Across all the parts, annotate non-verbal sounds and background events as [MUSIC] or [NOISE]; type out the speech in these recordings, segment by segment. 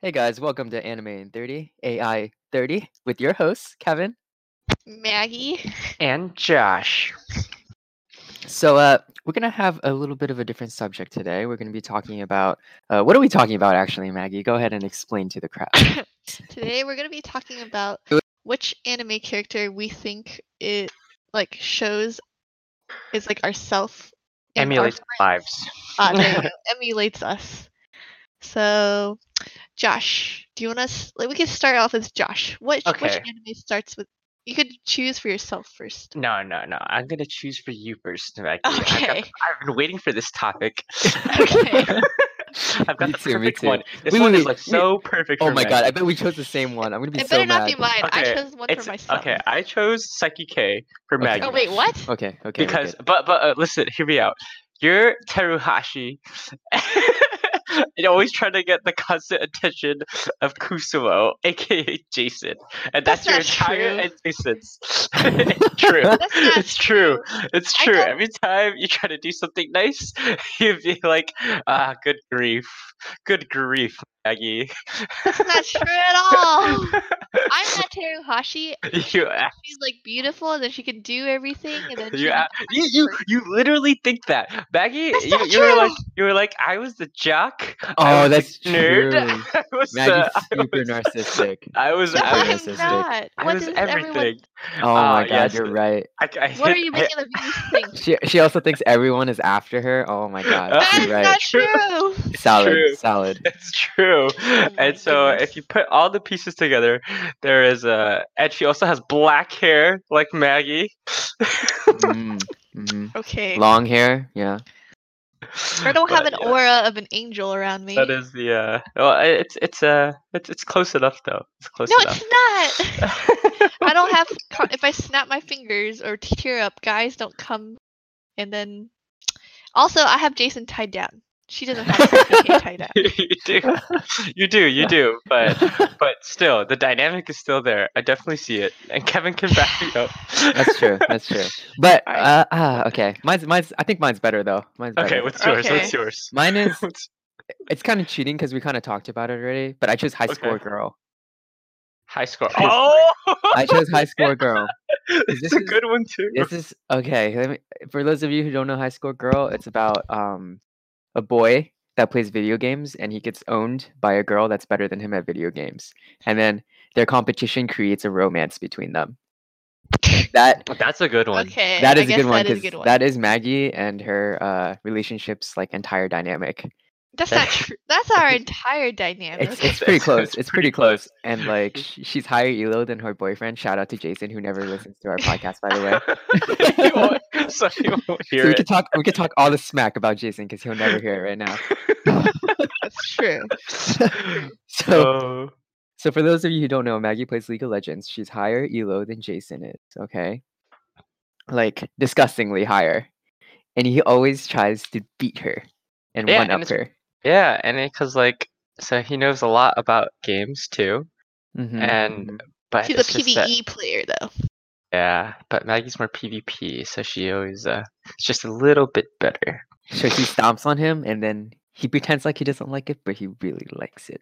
Hey guys, welcome to Anime in 30, AI 30, with your hosts, Kevin. [COUGHS] Maggie. [COUGHS] and Josh. So, uh, we're going to have a little bit of a different subject today. We're going to be talking about uh, what are we talking about actually, Maggie? Go ahead and explain to the [LAUGHS] crowd. [LAUGHS] Oh Today we're going to be talking about It wa- which anime character we think it like shows is like ourself and our Emulate friend- lives. ah, [LAUGHS] Uh, there you go, emulates us. So, Josh, do you want us like we can start off with Josh. Which which Okay. anime starts with you could choose for yourself first. no, no, no. I'm gonna choose for you first, Maggie. I've, got, [LAUGHS] Okay. I've been waiting for this topic. [LAUGHS] Okay. I've got Me the too, me perfect too. one. This Wait, one wait, is like wait, so perfect. oh for my Maggie. god, I bet we chose the same one. I'm going to be it so better not mad. be mine. I Okay, chose one It's for myself. okay. I chose Psyche K for Okay. Maggie Oh wait, what? Okay, okay. we're because, good. but but uh, listen, hear me out. You're Teruhashi. [LAUGHS] and always trying to get the constant attention of Kusumo, aka Jason, and That's that's, your not entire true. existence. [LAUGHS] [LAUGHS] it's true. That's not [LAUGHS] it's true. It's I true. don't- Every time you try to do something nice, [LAUGHS] you'd be like, "Ah, good grief, good grief, Maggie." [LAUGHS] That's not true at all. I'm not Teruhashi. you, ah, a- she's like beautiful and then she can do everything [LAUGHS] and then she you, a- you, you, you literally think that, Maggie. That's you, not you were like, true. you were like, I was the jock. I Oh, was the that's nerd. true. [LAUGHS] I was, the, Maggie's super narcissistic. [LAUGHS] I was, no, I I was I'm narcissistic. was, not. I what was does [LAUGHS] everything. Oh Ah, my god, yes. you're right. I, I everyone what are hit- you I- making the views [LAUGHS] think? She, she also thinks everyone is after her. Oh my [LAUGHS] god, That you're is right. [LAUGHS] not true. Solid, true. solid. [LAUGHS] [LAUGHS] It's true. Oh my and so goodness. if you put all the pieces together, there is a and she also has black hair like Maggie. Mm, mhm. Okay. Long hair, yeah. I don't have But an yeah, aura of an angel around me. That is the uh well i- it's it's uh it's it's close enough though. It's close no, enough. [LAUGHS] it's not. I don't [LAUGHS] have. co- If I snap my fingers or tear up, guys don't come. And then, also, I have Jason tied down. She doesn't have [LAUGHS] Jason K tied down. you do. [LAUGHS] You do, you do, but but still the dynamic is still there. I definitely see it. And Kevin can back me [LAUGHS] up. [LAUGHS] That's true. That's true. But I- uh, ah, okay, mine's mine's. I think mine's better though. Mine's better. [LAUGHS] okay, what's yours? Okay. What's yours? [LAUGHS] [LAUGHS] Mine is. What's- It's kind of cheating because we kind of talked about it already. But I chose high score Okay. [LAUGHS] girl. High score. High [LAUGHS] Oh, I [LAUGHS] chose high score girl. it's this a is- good one too. [LAUGHS] This is okay. Let me, for those of you who don't know high score girl, it's about um a boy that plays video games and he gets owned by a girl that's better than him at video games, and then their competition creates a romance between them. That That's a good one. Okay. that I is a guess good one That is a because good one. that is Maggie and her uh, relationships like entire dynamic. That's [LAUGHS] That- not true. That's our entire dynamic. It's, it's [LAUGHS] pretty It's- close. It's, it's pretty pretty close. And like sh- she's higher elo than her boyfriend. Shout out to Jason who never listens to our podcast by the way. you won't, [LAUGHS] so you won't So [LAUGHS] hear we could it. talk we could talk all the smack about Jason because he'll never hear it right [LAUGHS] now. That's true. [LAUGHS] So so, so for those of you who don't know, Maggie plays League of Legends. She's higher elo than Jason is, okay? Like disgustingly higher. And he always tries to beat her and Yeah, one and up it's- her. yeah, and because like, so he knows a lot about games too, Mhm, and mhm. but She's a E. it's just that- PVE player though. yeah, but Maggie's more PvP, so she always uh, it's just a little bit better. So she stomps on him, and then he pretends like he doesn't like it, but he really likes it.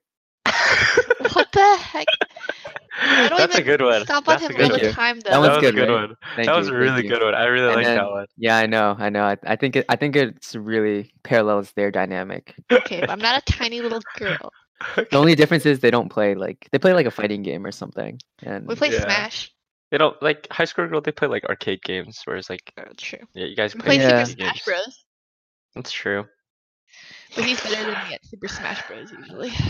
What the heck? [LAUGHS] I don't That's a even good one. Stop on That's him a all good Thank the one. you. time That though. That one's was a good, good right? one. Thank that you, was a thank really you. good one. I really And like then- that one. Yeah, I know, I know. I, I think it, I think it's really parallels their dynamic. okay, but I'm not a tiny little girl. The [LAUGHS] only difference is they don't play like they play like a fighting game or something. And We play Yeah. Smash. They don't like High School Girl. They play like arcade games, whereas like Oh, true. yeah, you guys We play play Yeah. Super PC Smash games. Bros. That's true. But he's better than me at Super Smash Bros. Usually. [SIGHS]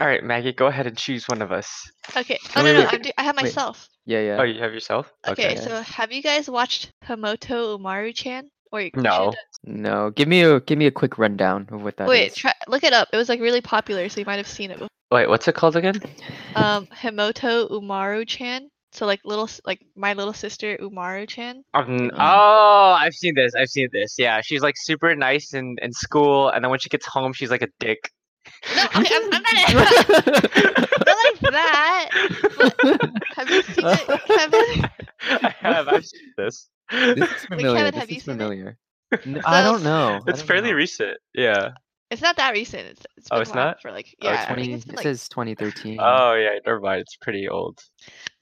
All right, Maggie, go ahead and choose one of us. Okay. Oh Wait, no no, wait, I'm do- I have wait. myself. yeah, yeah. Oh, you have yourself? Okay, Okay. so have you guys watched Hamato Umaru Chan? Or you No. No, give me a give me a quick rundown of what that should- is. [LAUGHS] Wait, try- [LAUGHS] look it up. It was like really popular, so you might have seen it. before. Wait, what's it called again? Um, Himoto Umaru Chan. So like little, s- like my little sister Umaru Chan. Um, Mm. oh, I've seen this. I've seen this. Yeah, she's like super nice in, in school, and then when she gets home, she's like a dick. No, okay, I'm, I'm [LAUGHS] not, not like that. Have you seen [LAUGHS] it, Kevin? I have. I've seen this. this is familiar. Kevin, this have you is seen it? [LAUGHS] familiar. N- I don't know. I It's don't fairly know. recent. Yeah. [LAUGHS] It's not that recent. It's, it's Oh, been it's a while not? for like Oh, it's yeah. I think 20, it's it been, like, says 2013. Oh yeah, never mind. It's pretty old.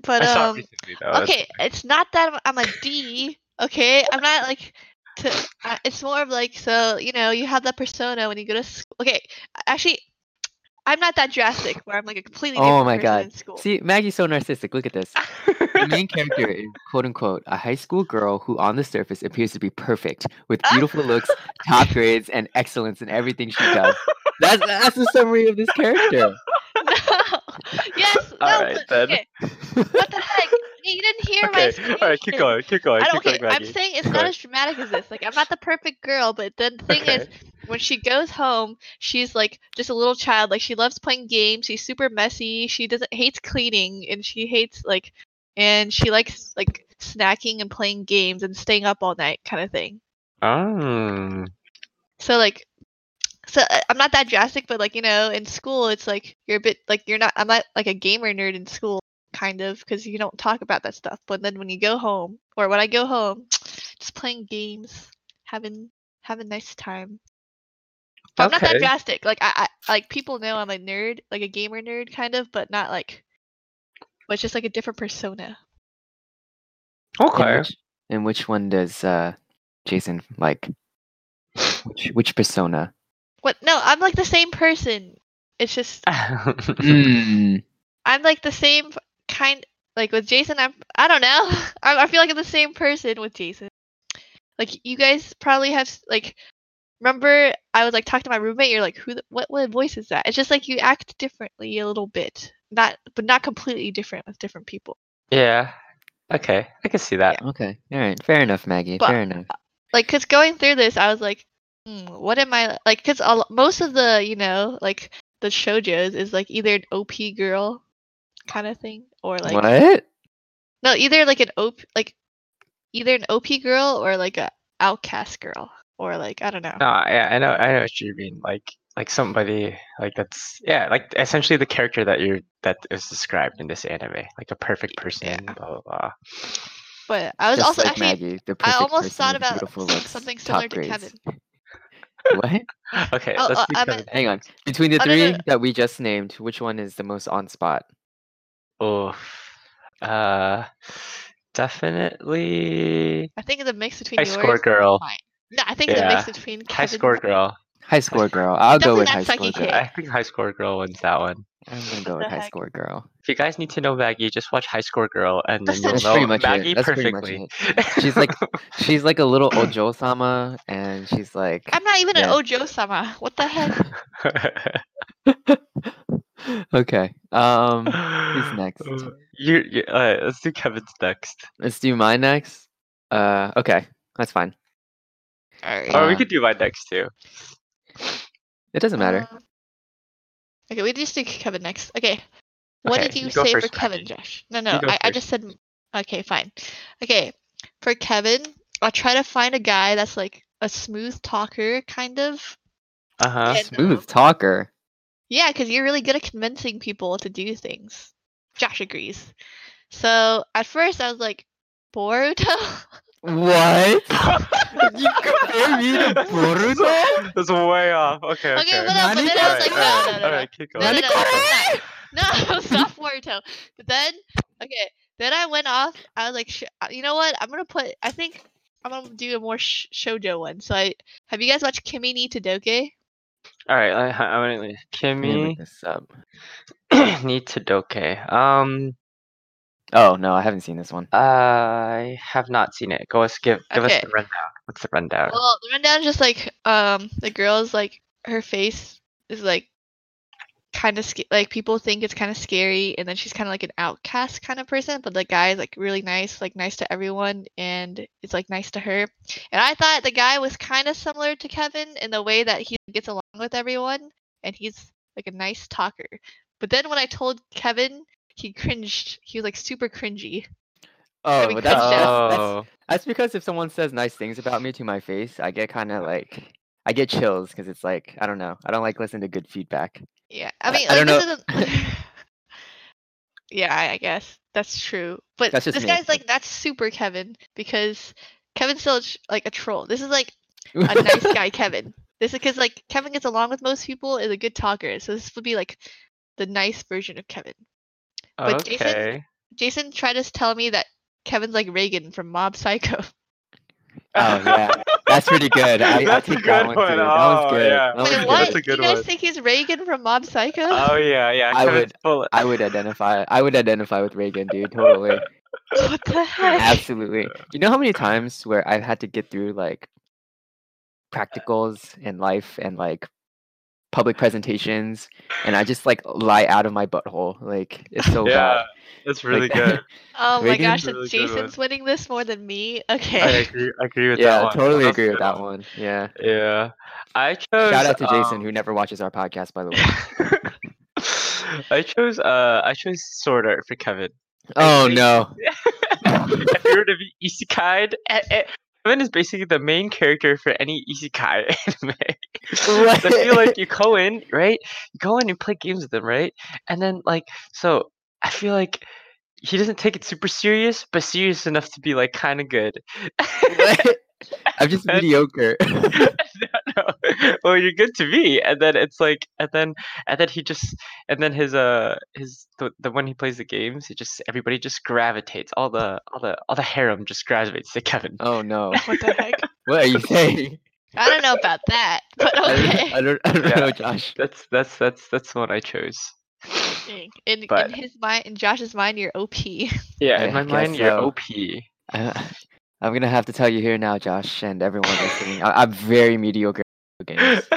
but I saw it um, recently though. that's- okay, it's not that I'm- I'm a D. Okay, I'm not like. To, I- it's more of like so you know you have that persona when you go to school. Okay, a- actually, I'm not that drastic where I'm like a completely different Oh my person God. in school. See, Maggie's so narcissistic. Look at this. [LAUGHS] The main character is eh, quote unquote a high school girl who, on the surface, appears to be perfect with beautiful looks, top grades, and excellence in everything she does. That's that's the summary of this character. [LAUGHS] no. Yes. No, [LAUGHS] All right but, then. okay, What [LAUGHS] the heck? You didn't hear my. Okay. All right. explanation. Keep going. Keep going. I keep don't. Okay, going, I'm Maggie. saying it's Keep not going. as dramatic as this. Like I'm not the perfect girl, but the thing Okay. is, when she goes home, she's like just a little child. Like she loves playing games. She's super messy. She doesn't hates cleaning, and she hates like, and she likes like snacking and playing games and staying up all night kind of thing. Oh. So like, so uh, I'm not that drastic, but like you know, in school it's like you're a bit like you're not. I'm not like a gamer nerd in school, kind of, because you don't talk about that stuff. But then when you go home, or when I go home, just playing games, having having a nice time. But I'm not Okay. that drastic. Like I, I like people know I'm a nerd, like a gamer nerd, kind of, but not like. But it's just like a different persona. And Hmm, Okay. which, and which one does uh, Jason like? Which, which persona? What? No, I'm like the same person. It's just [LAUGHS] Hmm. Mm. I'm like the same f- kind like with Jason I'm I don't know. [LAUGHS] I, I feel like I'm the same person with Jason. Like you guys probably have s- like remember I was like talking to my roommate you're like who the, what what voice is that? It's just like you act differently a little bit. Not but not completely different with different people. yeah. Okay. I can see that. Okay. All right. Fair enough, Maggie. But- uh, Fair enough. Like cuz going through this I was like hmm, what am I like cuz most of the, you know, like the shoujos is like either an OP girl kind of thing or like what? No, either like an op like either an OP girl or like a outcast girl or like I don't know. No, yeah, I know, I know what you mean. Like, like somebody, like that's yeah, like essentially the character that you're that is described in this anime, like a perfect person, Yeah. blah blah blah. But I was Just also like actually Maggie, the I perfect almost person thought with about beautiful some- looks, something top similar to grades. Kevin. What? Okay, Oh, let's uh, do I Kevin. meant- Hang on. Between [LAUGHS] the Oh, no, three no, no. that we just named, which one is the most on spot? Oh, uh, definitely I think it's a mix between high yours. score girl. mine. No, I think it's a mix Yeah. between High Kevin's- score girl. High score girl. I'll go Definitely with not high score Psyche girl. K. I think high score girl wins that one. I'm gonna What go with the high heck? score girl. If you guys need to know Maggie, just watch High Score Girl, and then That's you'll it. That's know pretty much it. [LAUGHS] Maggie That's pretty much perfectly. She's [LAUGHS] like- She's like a little Ojo sama, and she's like, I'm not even an Yeah. Ojo sama. What [LAUGHS] the heck? [GASPS] okay. Um, Who's next? You, you uh, let's do Kevin's next. let's do mine next. Uh, okay, that's fine. All right. Or we Uh, could do mine next too. It doesn't matter. Um, okay, we just do Kevin next. Okay. What Okay, did you, you go say for first, Kevin, Maggie. Josh? No, no, go I, I first. just said. Okay, fine. Okay, for Kevin, I'll try to find a guy that's like a smooth talker, kind of. Uh huh. and, Smooth um, talker. yeah, because you're really good at convincing people to do things. Josh agrees. So at first I was like, Boruto. [LAUGHS] What? okay, compare me [LAUGHS] [LAUGHS] to Boruto? That's way off. Okay. Okay. but, then- but then I was like, no, no, no, no. Alright, keep No, no, no, going. it's not. [LAUGHS] No, stop Boruto. But then, okay, then I went off. I was like, sh- uh, you know what? I'm gonna put. I think I'm gonna do a more sh- shoujo one. So I have you guys watched Kimi ni Tadoke? Alright, I, I, I, Let me look Kimmy this up. [CLEARS THROAT] need to doke. Um, Oh no, I haven't seen this one. I have not seen it. Go us give give us Okay. the rundown. What's the rundown? Well, the rundown is just like um the girl's like her face is like kind of sca- like people think it's kind of scary, and then she's kind of like an outcast kind of person. But the guy is like really nice, like nice to everyone, and it's like nice to her. And I thought the guy was kind of similar to Kevin in the way that he gets along with everyone, and he's like a nice talker. But then when I told Kevin, he cringed. He was like super cringy. Oh, we but cut that's, it that's, out. that's oh, That's because if someone says nice things about me to my face, I get kind of like I get chills because it's like I don't know. I don't like listening to good feedback. Yeah, I- I mean, I like, don't this [LAUGHS] isn't. [LAUGHS] yeah, I, I guess that's true. But That's just this me. guy's like that's super [LAUGHS] Kevin because Kevin's still a tr- like a troll. This is like a nice guy Kevin. This is because like Kevin gets along with most people, is a good talker, so this would be like the nice version of Kevin. But okay. Jason- [LAUGHS] Jason tried to tell me that Kevin's like Reagan from Mob [LAUGHS] Psycho. [LAUGHS] Oh, yeah. [LAUGHS] That's pretty good. I, I'll That's a take that good one. one. Too. that was Oh, good. yeah. That Wait, was Wait, good. what? That's a good you guys one. think he's Reagan from Mob Psycho? Oh yeah, yeah. I Kevin's would- full- I would identify. I would identify with Reagan, dude. [LAUGHS] Totally. [LAUGHS] what the heck? Absolutely. You know how many times where I've had to get through like practicals and life and like public presentations, and I just like lie out of my butthole. Like it's so yeah, bad. that's Like, [LAUGHS] really good. Oh my Reagan's gosh, a if really good one. Jason's winning this more than me. Okay. I agree. I agree with that Yeah, one. totally That's agree with good. that one. Yeah. Yeah, I chose. Shout out to Jason um, who never watches our podcast, by the way. [LAUGHS] I chose. Uh, I chose sword art for Kevin. [LAUGHS] Oh agree. no. if you were to be isekai, eh, eh, Kevin is basically the main character for any isekai [LAUGHS] anime. What? I feel like you go in, right? You go in and play games with them, right? And then like, so I feel like he doesn't take it super serious, but serious enough to be like kind of good. [LAUGHS] What? I'm [LAUGHS] just That's- mediocre. no. well, you're good to me. And then it's like, and then, and then he just, and then his, uh, his the, the when he plays the games, he just everybody just gravitates. All the, all the, all the harem just gravitates to Kevin. oh no. [LAUGHS] What the heck? What are [LAUGHS] you saying? I don't know about that, [LAUGHS] but I don't- okay. I don't, I don't Yeah. know, Josh. That's that's that's that's the one I chose. Dang. In, But- in his mind, in Josh's mind, you're OP. Yeah, I [LAUGHS] in my guess mind, you're so. OP. I, I'm gonna have to tell you here now, Josh, and everyone listening. I, I'm very mediocre at video [LAUGHS] games.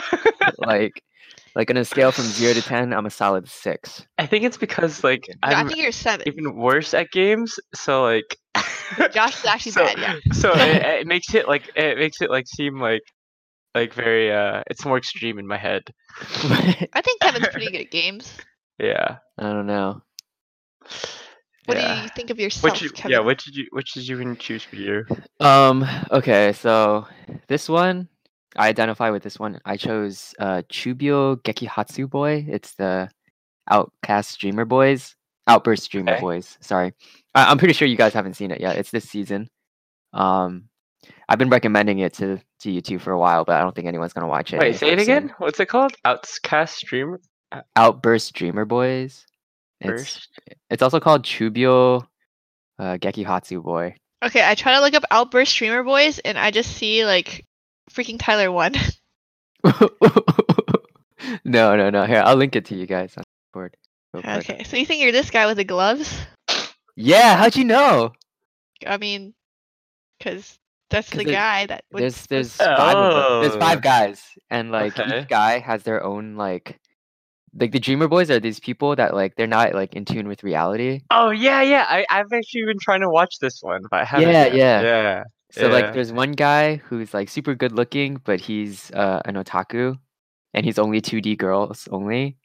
like, like on a scale from zero to ten, I'm a solid six. [LAUGHS] I think it's because like No, [LAUGHS] I I'm think you're seven. even worse at games, so like. Josh is actually so, bad. Yeah. [LAUGHS] So it, it makes it like it makes it like seem like like very uh it's more extreme in my head. I I think Kevin's pretty good at games. Yeah. don't know. What do yeah. you think of yourself, What you, Kevin? yeah, what did you which did you even choose for you? Um. Okay. So this one, I identify with this one. I chose uh, Chubio Gekihatsu Boy. It's the Outcast Dreamer Boys, Outburst Dreamer Okay. Boys. Sorry, I- I'm pretty sure you guys haven't seen it yet. It's this season. Um, I've been recommending it to to you two for a while, but I don't think anyone's gonna watch it. Wait, say anytime it soon. again? What's it called? Outcast streamer Outburst Dreamer Boys. It's first? it's also called Chubio uh, Gekihatsu Boy. Okay, I try to look up Outburst Streamer Boys, and I just see like freaking Tyler one. [LAUGHS] no, no, no. Here, I'll link it to you guys on Discord. [LAUGHS] real quick. okay, so you think you're this guy with the gloves? Yeah, how'd you know? I mean, because that's 'Cause the there- guy that. would- There's there's Oh. five of them. there's five guys, and like Okay. each guy has their own like like the Dreamer Boys are these people that like they're not like in tune with reality. Oh yeah, yeah. I, I've actually been trying to watch this one, but I haven't. Yeah, yet. yeah. Yeah. So Yeah. like there's one guy who's like super good looking, but he's uh, an otaku, and he's only 2D girls only.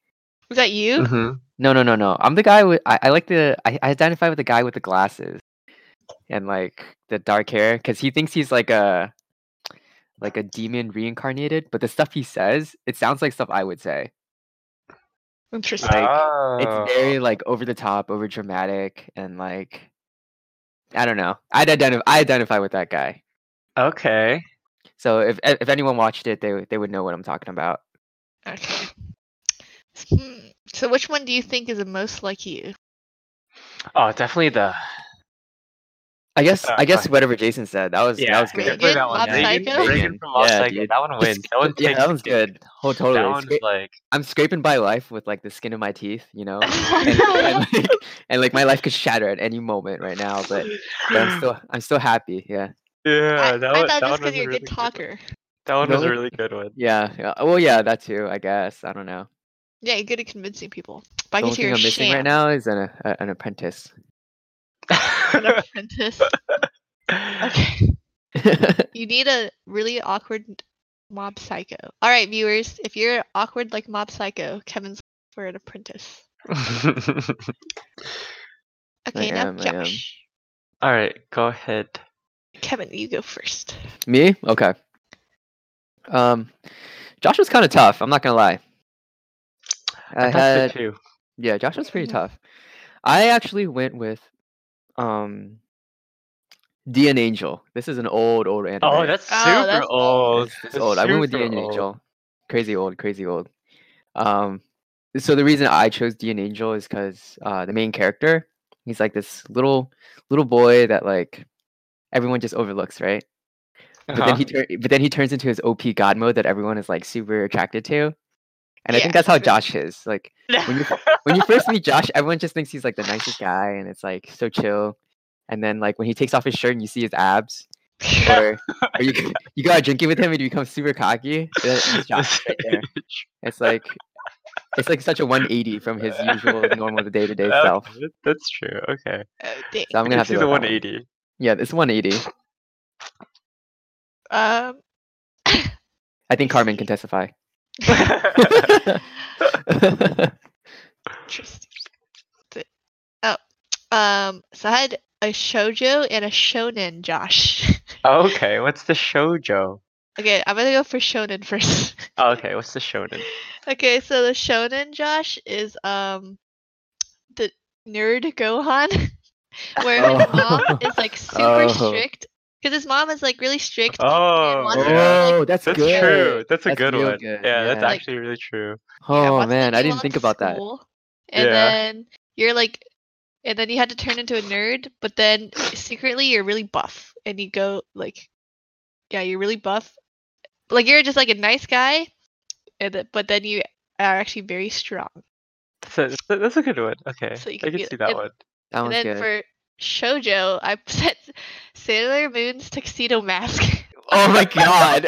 Was that you? Mhm. No, no, no, no. I'm the guy with I, I like the I, I identify with the guy with the glasses and like the dark hair because he thinks he's like a like a demon reincarnated, but the stuff he says, it sounds like stuff I would say. Interesting. Like, Oh. It's very like over the top, over dramatic, and like I don't know. I'd identify I identify with that guy. Okay. So if if anyone watched it, they would- they would know what I'm talking about. Okay. Hmm, So which one do you think is the most like you? [LAUGHS] Oh, definitely the I guess Uh, I guess [LAUGHS] fine. whatever Jason said that was that was Reagan, good. definitely that Mob one. Psycho? Reagan, Reagan from Mob Yeah, Psycho. dude. That one [LAUGHS] wins. That one yeah, takes that one's the good. cake. Oh, totally. That It's one's great. like I'm scraping by life with like the skin of my teeth, you [LAUGHS] know, and, and, like, [LAUGHS] and like my life could shatter at any moment right now, but, but I'm still I'm still happy. Yeah, [LAUGHS] yeah, I, that I thought one, that just one was because you're a really good one. talker. That one was a No? really [LAUGHS] good one. [LAUGHS] yeah, yeah. Well, yeah, that too. I guess I don't know. Yeah, you're good at convincing people. But I The can only see thing you're I'm missing right a sham. now is an a, an apprentice. [LAUGHS] An [LAUGHS] apprentice. Okay. You need a really awkward mob psycho. All right, viewers, if you're awkward like mob psycho, Kevin's for an apprentice. Okay, now am, I am. Josh. All right, go ahead. Kevin, you go first. [LAUGHS] Me? Okay. Um, Josh was kind of tough. I'm not gonna lie. I I had had two. Yeah, Josh was pretty Mhm. tough. I actually went with um D and Angel. This is an old, old anime. Oh, that's super Oh, that's old. It's- it's old. I went with D and Oh, super old. Angel. crazy old, crazy old. Um, so the reason I chose Dean Angel is because uh, the main character, he's like this little little boy that like everyone just overlooks, right? But Uh-huh. [LAUGHS] then he tur- but then he turns into his OP god mode that everyone is like super attracted to, and I Yeah, think that's how true. Josh is. Like when you- when you first meet Josh, everyone just thinks he's like the nicest guy, and it's like so chill. And then like when he takes off his shirt and you see his abs, [LAUGHS] or, or you you go out drinking with him and you become super cocky. that- That's Josh [LAUGHS] right there. It's like it's like such a 180 from his usual normal day to day Okay, self. that- That's true. Okay. Oh, dang. So I'm gonna I have to see go the with that one. 180. Yeah, it's 180. Um, I think Carmen can [LAUGHS] testify. [LAUGHS] interesting. Th- Oh, um, so I had a shoujo and a shonen, Josh. [LAUGHS] [LAUGHS] okay, what's the shojo? okay, I'm gonna go for shonen first. Okay, what's the shonen? okay, so the shonen, Josh, is um the nerd Gohan, [LAUGHS] where his mom is [LAUGHS] like super Oh. strict because his mom is like really strict. Oh, wants to, yeah. oh, that's, that's good. true. That's a That's good real one. good, Yeah, that's yeah. actually really true. yeah, Oh wants to man, I do didn't well think in about that. school, And Yeah. then you're like, and then you had to turn into a nerd, but then secretly you're really buff, and you go like, yeah, you're really buff, like you're just like a nice guy, and th- but then you are actually very strong. So th- that's a good one. Okay, So you I can can be- see that and- one. [LAUGHS] That and one's then good. for shojo, I [LAUGHS] said Sailor Moon's tuxedo mask. [LAUGHS] oh my god.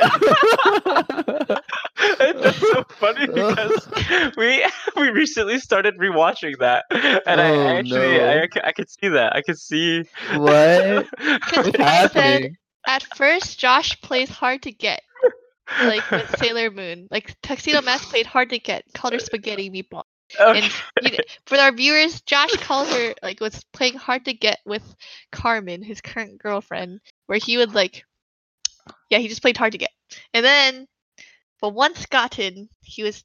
that's so [LAUGHS] funny because we [LAUGHS] we recently started rewatching that, and Oh, I actually I, no. c- I could see that. I could see. Oh [LAUGHS] [LAUGHS] [LAUGHS] what? What's What's I said- happening? At first, Josh plays hard to get, like with Sailor Moon. Like tuxedo mask played hard to get. Called her spaghetti meatball. [LAUGHS] [LAUGHS] Okay. you d- for our viewers, Josh calls her like was playing hard to get with Carmen, his current girlfriend, where he would like, yeah, he just played hard to get, and then, but once gotten, he was,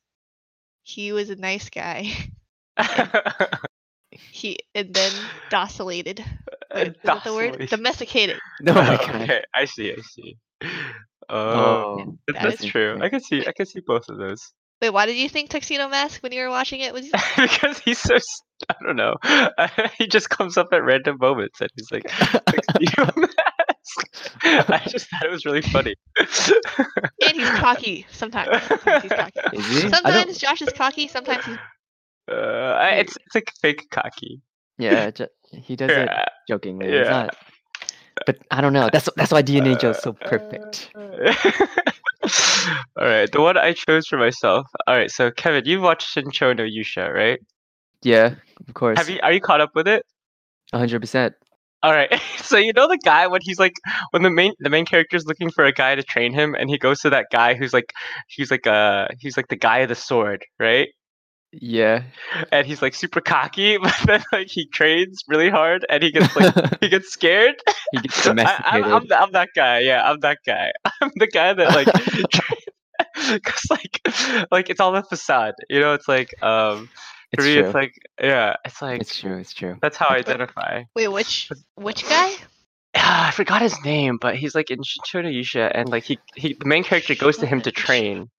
he was a nice guy. [LAUGHS] He and then docilated. Wait, is that the word? Docility. [LAUGHS] Domesticated. No, Oh my god. okay, I see. I see. Oh, Oh, that- that that's is true. I interesting. can see. I can see both of those. Wait, why did you think tuxedo mask when you were watching it was? [LAUGHS] because he's so s- I don't know. [LAUGHS] he just comes up at random moments and he's like, "Tuxedo [LAUGHS] mask." [LAUGHS] I just thought it was really funny. [LAUGHS] And he's cocky sometimes. sometimes he's [LAUGHS] cocky. Oh. Is he? I don't- Sometimes Josh is cocky. Sometimes he's uh, I- it's it's like fake cocky. Yeah, ju- he does it Yeah. jokingly. yeah. It's not. But I don't know. That's that's why DNA Joe is so Uh. perfect. All right, the one I chose for myself. All right, so Kevin, you've watched Shincho no Yusha, right? Yeah, of course. Have you are you caught up with it? 100%. All right. [LAUGHS] So you know the guy when he's like when the main the main character is looking for a guy to train him, and he goes to that guy who's like he's like uh he's like the guy of the sword, right? Yeah. [LAUGHS] And he's like super cocky, [LAUGHS] but then like he trains really hard, and he gets like he gets scared. [LAUGHS] he gets I, I'm, domesticated. I'm, th- I'm that guy. Yeah, I'm that guy. [LAUGHS] I'm the guy that like. [LAUGHS] [LAUGHS] Cause like, like it's all a facade, you know. It's like, um, for it's me, true. it's like, yeah, it's like it's true. It's true. that's how I But- identify. wait, which which guy? Ah, I forgot his name, but he's like in Shinchona Yusha, and like he, he the main character goes to him to Shinoyusha. train,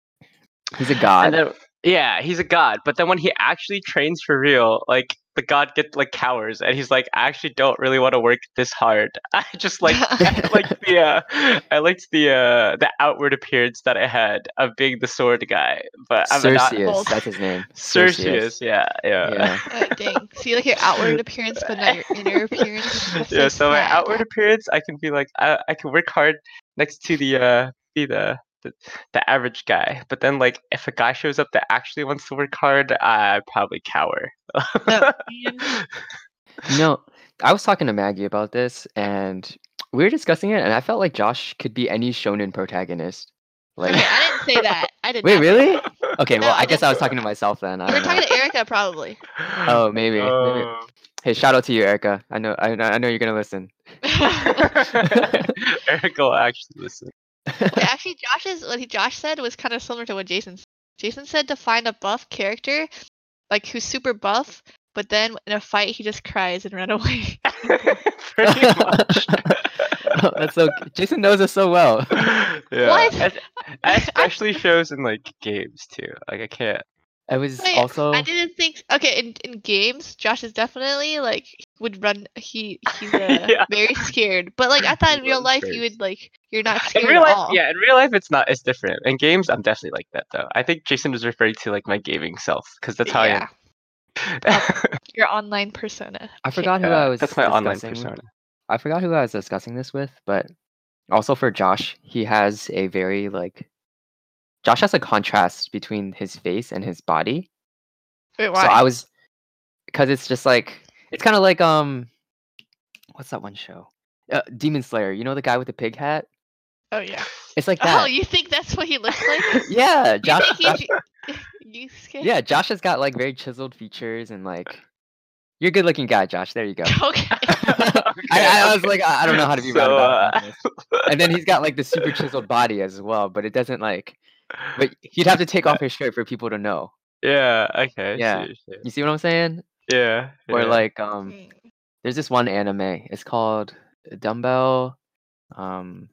He's a and god. then yeah, he's a god. But then when he actually trains for real, like the god gets like cowers, and he's like, I actually don't really want to work this hard. [LAUGHS] I just [LAUGHS] like I liked the uh, I liked the uh, the outward appearance that I had of being the sword guy, but I'm not. Cerseus. Bold. That's his [LAUGHS] name. Cerseus, yeah, yeah. [LAUGHS] Yeah. [LAUGHS] Oh, dang. So you like your outward appearance, but not your inner appearance. That's [LAUGHS] yeah, so my sad. [LAUGHS] outward appearance, I can be like, I, I can work hard next to the uh, be the, the the average guy. But then, like, if a guy shows up that actually wants to work hard, I probably cower. No, man. You know, I was talking to Maggie about this and we were discussing it, and I felt like Josh could be any shonen protagonist. Like, Okay, [LAUGHS] I didn't say that. I didn't. wait, really? Okay, well, No, I I guess I was talking to myself then. I You were don't [LAUGHS] [LAUGHS] talking know. to Erica, probably. [LAUGHS] Oh, maybe. maybe. Oh. Hey, shout out to you, Erica. I know. I, I know you're gonna listen. [LAUGHS] [LAUGHS] Eric Um, will actually [LAUGHS] listen. Wait, actually, Josh's what he Josh said was kind of similar to what Jason. said. Jason said to find a buff character, like who's super buff, but [LAUGHS] then in a fight he just cries and run away. [LAUGHS] Pretty much. That's so. Jason knows us so well. yeah. What? es- Especially shows in like games too. Like I can't. I was Wait, also. Oh. I didn't think. Okay, in, in games, Josh is definitely like he would run. He he's uh, [LAUGHS] Yeah. very scared. But like I thought in He real runs life very you would like you're not scared In real at life, all. yeah, in real life, it's not. It's different. In games, I'm definitely like that though. I think Jason was referring to like my gaming self because that's how yeah, [LAUGHS] I am. your online persona. I Okay. forgot who Yeah, I was. that's my online discussing- persona. I forgot who I was discussing this with, but also for Josh, he has a very like. Josh has a contrast between his face and his body. Wait, why? So I was, because it's just like it's kind of like um, what's that one show? Uh, Demon Slayer. You know the guy with the pig hat? [LAUGHS] oh yeah. It's like Oh, that. you think that's what he looks [LAUGHS] like? yeah, You Josh. think [LAUGHS] he Josh j- you scared? [LAUGHS] [LAUGHS] yeah, Josh has got like very chiseled features and like, you're a good-looking guy, Josh. There [LAUGHS] you go. [LAUGHS] Okay. I, I was like, I, I don't know how to be so, mad about uh, this. And then he's got like the super [LAUGHS] chiseled body as well, but it doesn't like. But he'd have to take Uh off his shirt for people to know. yeah. Okay. I see Yeah. what you're saying. You see what I'm saying? Yeah. Or yeah. like, um, Mm. there's this one anime. It's called uh, Dumbbell. Um,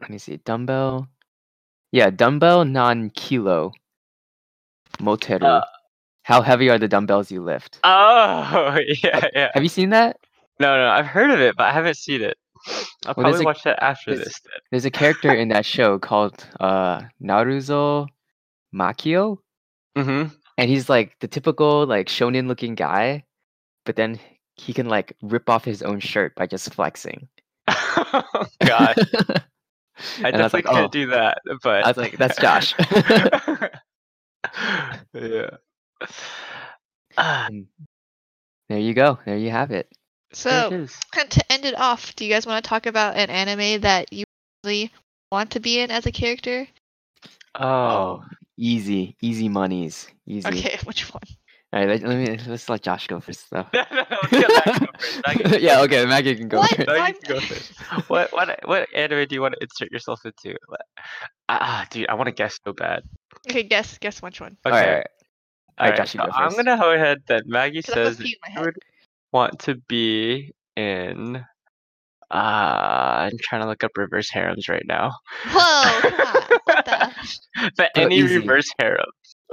let me see, Dumbbell. Yeah, Dumbbell non kilo. Moteru. Uh, How heavy are the dumbbells you lift? Oh [LAUGHS] yeah, yeah. Have you seen that? No, no, I've heard of it, but I haven't seen it. I'll Well, there's probably a- watch that after there's- this. Then. There's a character in that show called uh, Naruto Makio, Mm-hmm. and he's like the typical like shonen looking guy, but then he can like rip off his own shirt by just flexing. [LAUGHS] Oh, God, I Mm-hmm. And I was definitely like, can't "Oh." do that. But I [LAUGHS] was like, [LAUGHS] that's Josh. [LAUGHS] yeah. Ah, And there you go. There you have it. [SIGHS] So there it is. And to end it off, do you guys want to talk about an anime that you really want to be in as a character? Oh, [LAUGHS] Easy, easy monies. Easy. Okay, [LAUGHS] which one? All right, let, let me let's let Josh go first [LAUGHS] though. no, no, no, let's [LAUGHS] get back over it, back into yeah, it. okay, Maggie can go What? [LAUGHS] first. No, you I'm- can go first. What what what anime do you want to insert yourself into? What- Ah, dude, I want to guess so bad. Okay, guess guess which one. All right, all Okay, right. all right, alright, Josh, you so go I'm first. gonna go ahead that Maggie 'Cause I'm says with you in my I head. would want to be in. Uh, I'm trying to look up reverse harems right now. [LAUGHS] Whoa! come on, What the? but So any easy. reverse harem.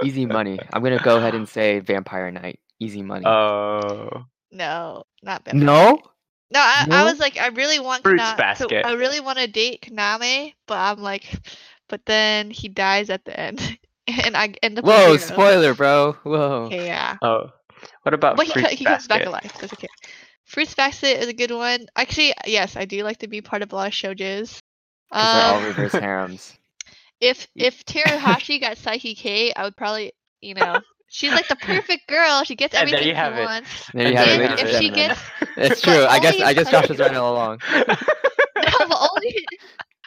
Easy money. I'm gonna go ahead and say Vampire Knight. Easy money. Uh, Oh, [LAUGHS] No, not Vampire. no? No, I, I No? was like, I really want Fruits Kana- so basket. I really want to date Kaname, but I'm like, but then he dies at the end, [LAUGHS] and I end up. a Whoa, hero. spoiler, bro. Whoa. Okay, yeah. oh. What about But he, co- Fruits he comes back Basket? alive. That's okay. Fruits Basket is a good one. Actually, yes, I do like to be part of a lot of shoujos. 'Cause they're all Um, [LAUGHS] reverse harems. if if Terahashi got Psyche K, I would probably, you know, she's [LAUGHS] like the perfect girl. She gets And there everything you have she it. wants. There you And have then it, ladies if and she gentlemen. gets [LAUGHS] [LAUGHS] That's but true. I guess only I if guess I Josh get was [LAUGHS] right all along. no, but only. [LAUGHS]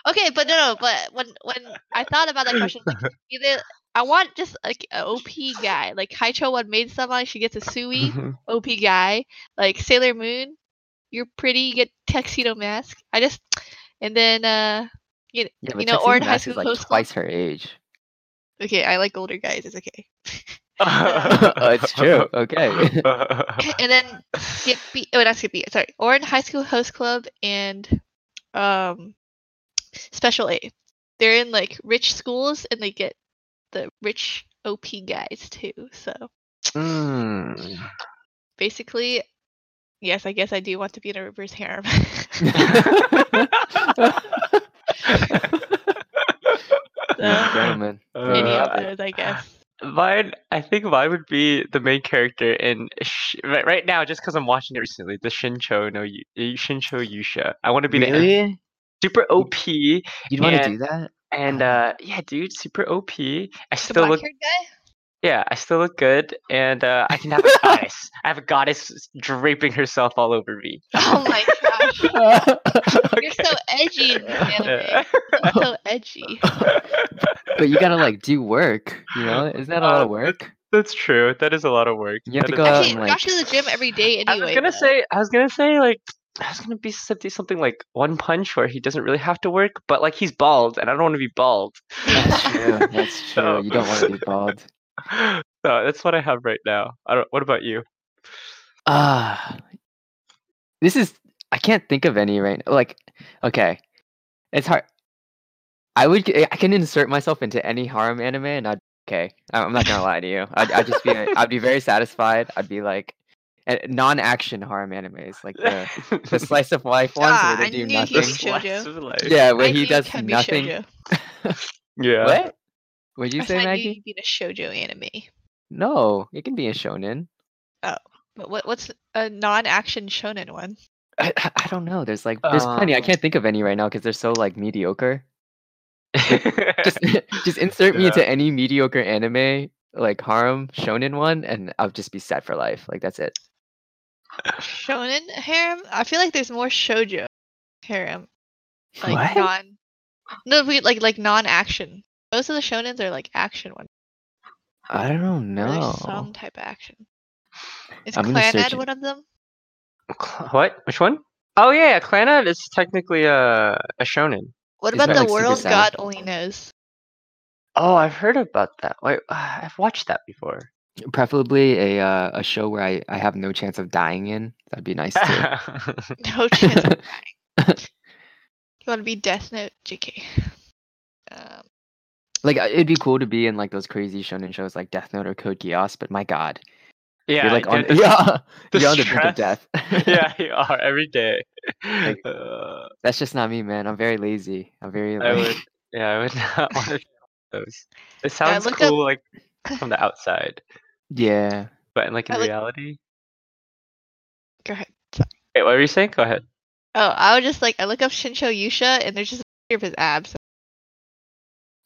Okay, but no, no. But when when I thought about that question, [LAUGHS] like, either I want just like an OP guy, like Haicho one made someone. She gets a [LAUGHS] Sui. [LAUGHS] Mhm. OP guy, like Sailor Moon. You're pretty. You get tuxedo mask. I just, and then uh, you, Yeah, but you know, or in Tuxedo high Mask school, is like post twice [LAUGHS] her age. [LAUGHS] Okay, I like older guys. It's okay. Oh, it's true. [LAUGHS] Okay. and then Skip B. Oh, not Skip B. Sorry, or in high school host club and um, special A. They're in like rich schools and they get the rich OP guys too. So [LAUGHS] [LAUGHS] Mm. basically, yes, I guess I do want to be in a reverse harem. [LAUGHS] [LAUGHS] [LAUGHS] so, Gentlemen. any Uh, of Uh, those, I guess. Mine, I think mine would be the main character in Sh- right, right now, just because I'm watching it recently. The Shincho no Yu- uh, Shincho Yusha. I want to be the Really? super OP You'd want to Yeah. do that? and uh yeah, dude, super OP. I The still black look haired guy? yeah, I still look good, and uh, I can have a goddess. [LAUGHS] I have a goddess s- draping herself all over me. Oh my gosh. [LAUGHS] but You're so edgy [LAUGHS] in this anime. Yeah. You're so edgy. you gotta like do work, you know? Isn't that a [LAUGHS] lot of Uh, work? That's true. That is a lot of work. You have That to is go a lot out of Actually, and, work. Um, like- Josh does the gym every day I anyway. was gonna though. say, I was gonna say, like, I was gonna be some- do something like One Punch, where he doesn't really have to work, but like he's bald, and I don't want to be bald. [LAUGHS] That's true. [LAUGHS] That's true. So- You don't want to be bald. so that's what I have right now. I don't. What about you? Ah, this is I can't think of any right. Like, okay, it's hard. I would g- I can insert myself into any harem anime and I'd okay. I- I'm not gonna lie to you. I'd, I'd just be a- I'd be very satisfied. I'd be like and non-action harem animes like the, [LAUGHS] the slice of life ones Ah, where I they do knew he nothing. was Shoujo. Yeah, [LAUGHS] where I he knew does Kabi nothing. Shoujo. Yeah. What? Would you I say said I knew Maggie? you'd be in a shoujo anime. No, it can be a shonen. But what what's a non-action shonen one? I, I I don't know. There's like there's plenty. I Um, can't think of any right now because they're so like [LAUGHS] mediocre. [LAUGHS] Just [LAUGHS] just insert me Yeah. into any mediocre anime like harem shonen one, and I'll just be set for life. Like that's it. Shonen harem? I feel like there's more shoujo harem. What? Like non No, we like like non-action. Most of the shonens are like action ones. I don't or know. There's some type of action. Is I'm gonna Clan search Ed it. one of them? Cl- what? Which one? Oh yeah, Clannad is technically a a shonen. What Is about that the like Super world Saiyan? God only knows? [LAUGHS] Oh, I've heard about that. Wait, uh, I've watched that [LAUGHS] before. Preferably a uh, a show where I, I have no chance of dying in. That'd be nice too. [LAUGHS] No chance of dying. You want to be Death Note, JK. Um, like uh, it'd be cool to be in like those crazy shonen shows like Death Note or Code Geass, but my god, [LAUGHS] yeah, you're like on dude, the- [LAUGHS] yeah, the you're on the brink of stress. death. [LAUGHS] yeah, you are every day. Like- Uh, [LAUGHS] That's just not me, man. I'm very lazy. I'm very. I Like, would, [LAUGHS] yeah, I would not [LAUGHS] want to be one of those. It I sounds looked up- cool, like from [LAUGHS] the outside, yeah. but like in I looked- reality. go ahead. Wait, what were you saying? Go ahead. Oh, I was just like, I look up Shinsho Yusha, and there's just a picture of his abs.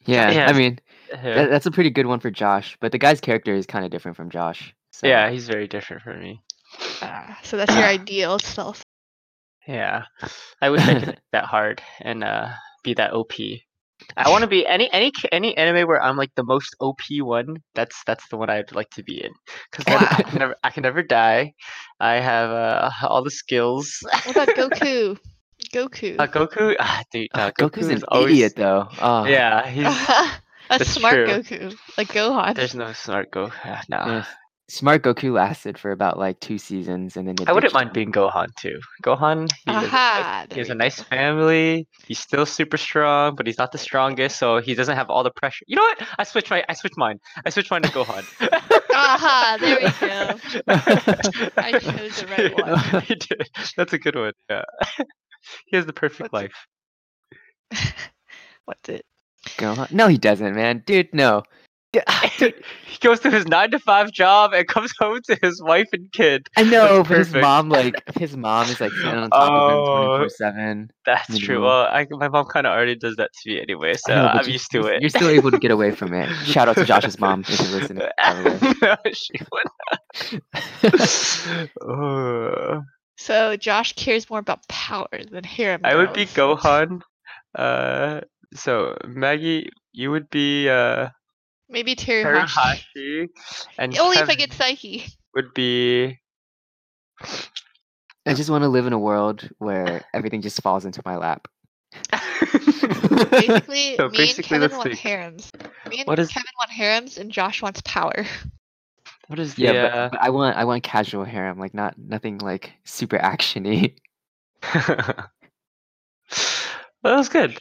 yeah, yeah. I mean Yeah, that, that's a pretty good one for Josh, but the guy's character is kind of different from Josh. So. yeah he's very different from me. Ah, so that's [COUGHS] your ideal self. Yeah, I wish I could [LAUGHS] think that hard and uh, be that OP. I [LAUGHS] want to be any any ca- any anime where I'm like the most OP one. That's that's the one I'd like to be in because I [LAUGHS] can never I can never die. I have uh, [LAUGHS] all the skills. [LAUGHS] What about Goku? Goku. Uh, Goku, ah, dude, Uh, uh, Goku Goku's is an always idiot though. Oh, Yeah, [LAUGHS] he's [LAUGHS] a that's smart true. Goku, like Gohan. there's no smart Goku. ah, No, yes. Smart Goku lasted for about like two seasons, and then they I wouldn't ditched mind [LAUGHS] him. being Gohan too. Gohan, he has, a- Aha! He has a there nice you family. He's still super strong, but he's not the strongest, so he doesn't have all the pressure. You know what? I switched my I switched mine. I switched mine to Gohan. [LAUGHS] go. Aha! There we [LAUGHS] go. I chose the right [LAUGHS] one. he did. That's a good one. Yeah. [LAUGHS] he has the perfect What's- life. What's it? Gohan. No, he doesn't, man. Dude, no. D- [LAUGHS] Dude, He goes to his nine to five job and comes home to his wife and kid. [LAUGHS] I know, but his perfect. mom, [LAUGHS] like, his mom is like sitting on top of him Oh, twenty four seven. That's Mhm. true. Well, I, my mom kind of already does that to me anyway, so know, Oh, but I'm you- used to you're- it. You're still able to get away from [LAUGHS] it. Shout out to Josh's mom if you're listening. by the way. no, she would. not. Uh, So Josh cares more about power than harem. I would be girls. Gohan. Uh, so Maggie, you would be uh, Maybe Terahashi. Terahashi, and Only if I Kevin get [LAUGHS] Psyche. would [LAUGHS] be I just want to live in a world where everything just falls into my lap. Basically, So me basically, and Kevin let's want see. harems. Me and What is- Kevin want harems, and Josh wants power. what is the yeah, yeah. But, but I want I want casual harem, like not nothing like super actiony. [LAUGHS] well, uh, that was good.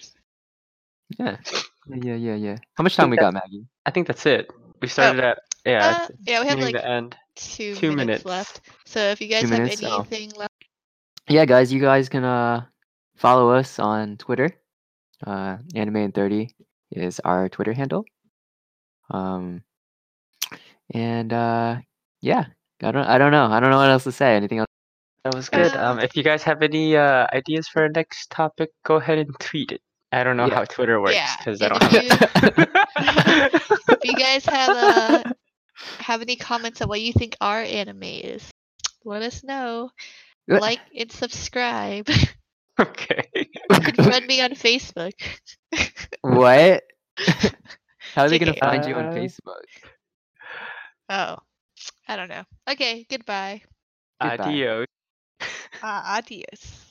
Yeah. Yeah, yeah, yeah, yeah. How much time we got, Maggie? I think that's it. We started at yeah. Uh, it's- yeah, we it's have nearing like the end. two, two minutes, minutes. left. So if you guys Two have minutes? Oh. anything left, Yeah, guys, you guys can uh follow us on Twitter. Uh anime and 30 is our Twitter handle. Um and uh yeah. I don't I don't know. I don't know what else to say. Anything else? That was good. Uh, Um, if you guys have any uh, ideas for our next topic, go ahead and tweet it. I don't know Yeah. how Twitter works Yeah, because you I don't can have. do- if you guys have uh, have any comments on what you think our anime is, let us know. Uh, Like and subscribe. [LAUGHS] [LAUGHS] okay. Friend me on Facebook. [LAUGHS] What? How are they gonna JK. find you on Uh, Facebook? Oh, I don't know. Okay, [LAUGHS] goodbye. Goodbye. Adios. Uh, adios.